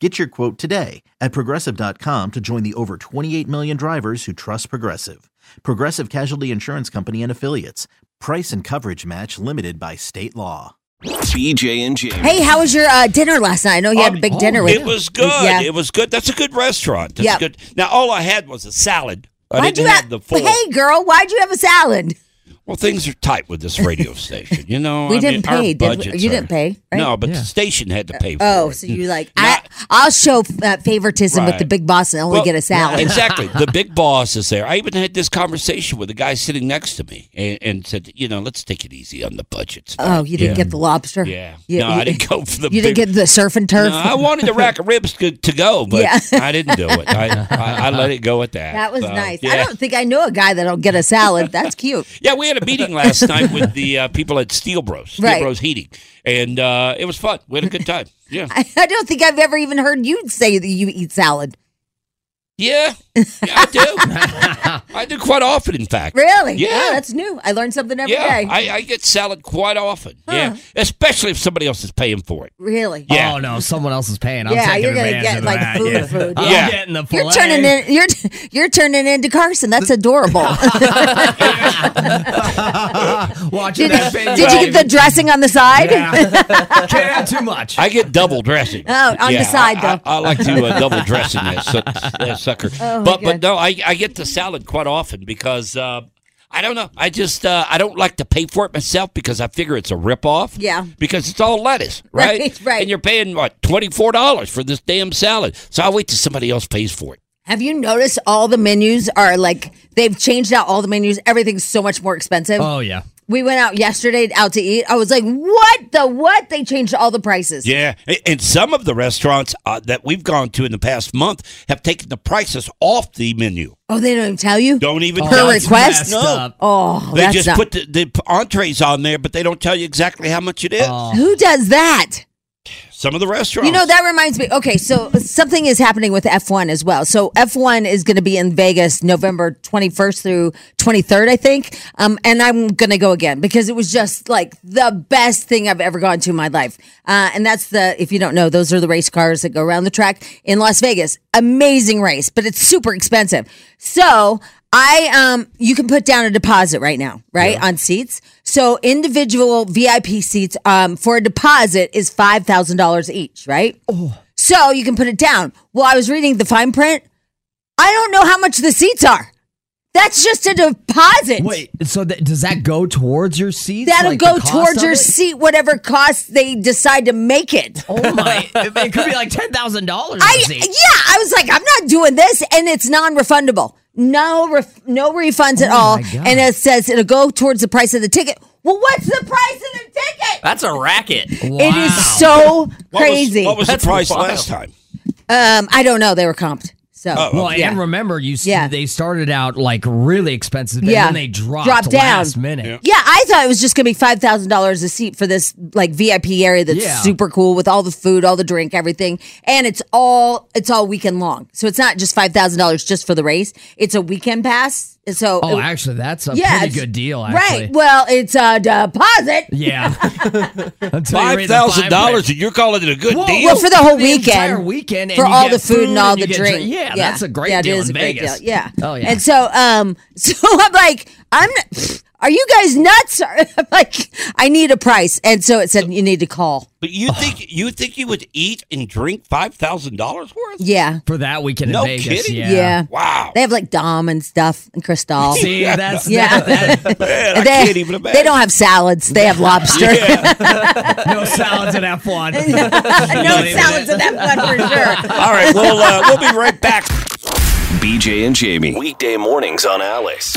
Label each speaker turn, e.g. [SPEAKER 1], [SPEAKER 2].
[SPEAKER 1] Get your quote today at progressive.com to join the over 28 million drivers who trust Progressive. Progressive Casualty Insurance Company and Affiliates. Price and coverage match limited by state law.
[SPEAKER 2] BJ and Jamie.
[SPEAKER 3] Hey, how was your uh, dinner last night? I know you had a big dinner with
[SPEAKER 2] Oh, It was good.
[SPEAKER 3] Yeah.
[SPEAKER 2] It was good. That's a good restaurant. That's
[SPEAKER 3] Yep.
[SPEAKER 2] good. Now all I had was a salad. I
[SPEAKER 3] Why'd
[SPEAKER 2] didn't
[SPEAKER 3] you
[SPEAKER 2] have
[SPEAKER 3] ha-
[SPEAKER 2] the full.
[SPEAKER 3] Hey, girl, why'd you have a salad?
[SPEAKER 2] Well, things are tight with this radio station. You know,
[SPEAKER 3] We
[SPEAKER 2] I
[SPEAKER 3] didn't
[SPEAKER 2] mean, our
[SPEAKER 3] pay, did we?
[SPEAKER 2] budgets
[SPEAKER 3] You
[SPEAKER 2] are-
[SPEAKER 3] didn't pay, right?
[SPEAKER 2] No, but the station had to pay for
[SPEAKER 3] Oh,
[SPEAKER 2] it.
[SPEAKER 3] so you like I? I'll show uh, favoritism with the
[SPEAKER 2] Right.
[SPEAKER 3] big boss and only
[SPEAKER 2] Well,
[SPEAKER 3] get a salad.
[SPEAKER 2] Exactly. The big boss is there. I even had this conversation with a guy sitting next to me and, and said, you know, let's take it easy on the budgets.
[SPEAKER 3] Oh, you didn't
[SPEAKER 2] Yeah.
[SPEAKER 3] get the lobster.
[SPEAKER 2] Yeah.
[SPEAKER 3] You-
[SPEAKER 2] no,
[SPEAKER 3] you-
[SPEAKER 2] I didn't go for the
[SPEAKER 3] You didn't
[SPEAKER 2] big
[SPEAKER 3] get the surf and turf.
[SPEAKER 2] No, I wanted the rack of ribs to, to go, but
[SPEAKER 3] Yeah.
[SPEAKER 2] I didn't do it. I, I, I let it go at that.
[SPEAKER 3] that was
[SPEAKER 2] So,
[SPEAKER 3] nice.
[SPEAKER 2] Yeah.
[SPEAKER 3] I don't think I know a guy that'll get a salad. That's cute.
[SPEAKER 2] yeah, we had a meeting last night with the uh, people at Steel Bros, Steel
[SPEAKER 3] Right.
[SPEAKER 2] Bros Heating, and uh, it was fun. We had a good time. Yeah,
[SPEAKER 3] I, I don't think I've ever even heard you say that you eat salad.
[SPEAKER 2] yeah, yeah I do. I do quite often, in fact.
[SPEAKER 3] Really?
[SPEAKER 2] Yeah.
[SPEAKER 3] Wow, that's new. I learn something every day.
[SPEAKER 2] yeah, I, I get salad quite often. Yeah, especially if somebody else is paying for it.
[SPEAKER 3] really?
[SPEAKER 2] Yeah.
[SPEAKER 4] Oh no, someone else is paying. I'm
[SPEAKER 3] Yeah,
[SPEAKER 4] taking
[SPEAKER 3] you're gonna
[SPEAKER 4] advantage
[SPEAKER 3] get,
[SPEAKER 4] of
[SPEAKER 3] like,
[SPEAKER 4] that.
[SPEAKER 3] food
[SPEAKER 4] yeah.
[SPEAKER 3] food.
[SPEAKER 4] I'm
[SPEAKER 2] Yeah.
[SPEAKER 4] getting the
[SPEAKER 3] You're
[SPEAKER 4] filet.
[SPEAKER 3] turning in. You're you're turning into Carson. That's adorable.
[SPEAKER 4] Watching
[SPEAKER 3] did,
[SPEAKER 4] that thing.
[SPEAKER 3] did you get the dressing on the side?
[SPEAKER 4] Yeah. Can't have too much.
[SPEAKER 2] I get double dressing.
[SPEAKER 3] Oh, on the
[SPEAKER 2] Yeah,
[SPEAKER 3] side,
[SPEAKER 2] I,
[SPEAKER 3] though.
[SPEAKER 2] I, I like to uh, double dress in that, su- that sucker.
[SPEAKER 3] Oh, my
[SPEAKER 2] but but
[SPEAKER 3] God.
[SPEAKER 2] no, I, I get the salad quite often because uh, I don't know. I just uh, I don't like to pay for it myself because I figure it's a ripoff.
[SPEAKER 3] Yeah.
[SPEAKER 2] Because it's all lettuce, right?
[SPEAKER 3] Right, right.
[SPEAKER 2] And you're paying what twenty four dollars for this damn salad. So I wait till somebody else pays for it.
[SPEAKER 3] Have you noticed all the menus are like they've changed out all the menus? Everything's so much more expensive.
[SPEAKER 4] Oh yeah.
[SPEAKER 3] we went out yesterday out to eat. I was like, what the what? They changed all the prices.
[SPEAKER 2] Yeah, a- and some of the restaurants uh, that we've gone to in the past month have taken the prices off the menu.
[SPEAKER 3] Oh, they don't even tell you.
[SPEAKER 2] Don't even
[SPEAKER 3] Her
[SPEAKER 2] tell you.
[SPEAKER 3] request?
[SPEAKER 4] Messed up.
[SPEAKER 3] Oh,
[SPEAKER 2] They
[SPEAKER 3] that's
[SPEAKER 2] just
[SPEAKER 3] not-
[SPEAKER 2] put the, the entrees on there, but they don't tell you exactly how much it is.
[SPEAKER 3] who does that?
[SPEAKER 2] Some of the restaurants.
[SPEAKER 3] Oh. You know, that reminds me. Okay, so something is happening with F1 as well. So F1 is going to be in Vegas November 21st through 23rd, I think. Um, and I'm going to go again because it was just like the best thing I've ever gone to in my life. Uh, and that's the, if you don't know, those are the race cars that go around the track in Las Vegas. Amazing race, but it's super expensive. So I um you can put down a deposit right now, right? On seats. So individual VIP seats um for a deposit is five thousand dollars each, right? So you can put it down. Well, I was reading the fine print. I don't know how much the seats are. That's just a deposit.
[SPEAKER 4] Wait. So that, does that go towards your seats?
[SPEAKER 3] That'll
[SPEAKER 4] Like, the
[SPEAKER 3] go
[SPEAKER 4] cost
[SPEAKER 3] towards
[SPEAKER 4] of
[SPEAKER 3] your
[SPEAKER 4] it?
[SPEAKER 3] seat, whatever cost they decide to make it.
[SPEAKER 4] Oh my! It could be like ten thousand dollars.
[SPEAKER 3] I, yeah, I was like, I'm not doing this, and it's non-refundable. No, ref, no refunds at
[SPEAKER 4] Oh,
[SPEAKER 3] all.
[SPEAKER 4] my God.
[SPEAKER 3] And it says it'll go towards the price of the ticket. Well, what's the price of the ticket?
[SPEAKER 5] That's a racket.
[SPEAKER 3] It is so
[SPEAKER 2] What was-
[SPEAKER 3] crazy.
[SPEAKER 2] What was,
[SPEAKER 5] That's
[SPEAKER 2] the price
[SPEAKER 5] wild.
[SPEAKER 2] last time?
[SPEAKER 3] um, I don't know. They were comped. So
[SPEAKER 2] Oh,
[SPEAKER 4] Well,
[SPEAKER 3] Yeah.
[SPEAKER 4] and remember, you s-
[SPEAKER 3] Yeah.
[SPEAKER 4] they started out like really expensive, and
[SPEAKER 3] Yeah.
[SPEAKER 4] then they dropped,
[SPEAKER 3] Dropped down.
[SPEAKER 4] last minute.
[SPEAKER 3] Yeah, I thought it was just gonna be five thousand dollars a seat for this like VIP area that's
[SPEAKER 4] Yeah.
[SPEAKER 3] super cool with all the food, all the drink, everything, and it's all it's all weekend long. So it's not just five thousand dollars just for the race. It's a weekend pass. And So
[SPEAKER 4] Oh,
[SPEAKER 3] it-
[SPEAKER 4] actually, that's a pretty
[SPEAKER 3] it's-
[SPEAKER 4] good deal.
[SPEAKER 3] Right.
[SPEAKER 4] Actually.
[SPEAKER 3] Well, it's a deposit.
[SPEAKER 4] Yeah. Until you
[SPEAKER 2] Five
[SPEAKER 4] read the
[SPEAKER 2] thousand dollars,
[SPEAKER 4] print.
[SPEAKER 2] and you're calling it a good
[SPEAKER 4] Whoa,
[SPEAKER 2] deal?
[SPEAKER 3] Well, for the whole
[SPEAKER 4] entire
[SPEAKER 3] weekend.
[SPEAKER 4] weekend and
[SPEAKER 3] for
[SPEAKER 4] you
[SPEAKER 3] all
[SPEAKER 4] get
[SPEAKER 3] the food and all the
[SPEAKER 4] you get
[SPEAKER 3] drink.
[SPEAKER 4] Yeah, that's a great
[SPEAKER 3] Yeah,
[SPEAKER 4] deal
[SPEAKER 3] It is
[SPEAKER 4] in Oh,
[SPEAKER 3] a great
[SPEAKER 4] Vegas.
[SPEAKER 3] deal. Yeah.
[SPEAKER 4] Oh yeah.
[SPEAKER 3] And so, um, so I'm like, I'm. Not, Are you guys nuts? I'm like, I need a price. And so it said, you need to call.
[SPEAKER 2] But you think you think you would eat and drink five thousand dollars worth?
[SPEAKER 3] Yeah.
[SPEAKER 4] for that weekend
[SPEAKER 2] No
[SPEAKER 4] in Vegas.
[SPEAKER 2] kidding?
[SPEAKER 4] Yeah.
[SPEAKER 3] Yeah.
[SPEAKER 2] Wow.
[SPEAKER 3] They have like Dom and stuff and Cristal.
[SPEAKER 4] See, that's
[SPEAKER 3] Yeah.
[SPEAKER 2] Man, I
[SPEAKER 3] they,
[SPEAKER 2] can't even imagine.
[SPEAKER 3] they don't have salads. They have lobster.
[SPEAKER 4] no salads at F1.
[SPEAKER 3] no salads in that one for sure.
[SPEAKER 2] All right, we'll uh, we'll be right back.
[SPEAKER 5] BJ and Jamie. Weekday mornings on Alice.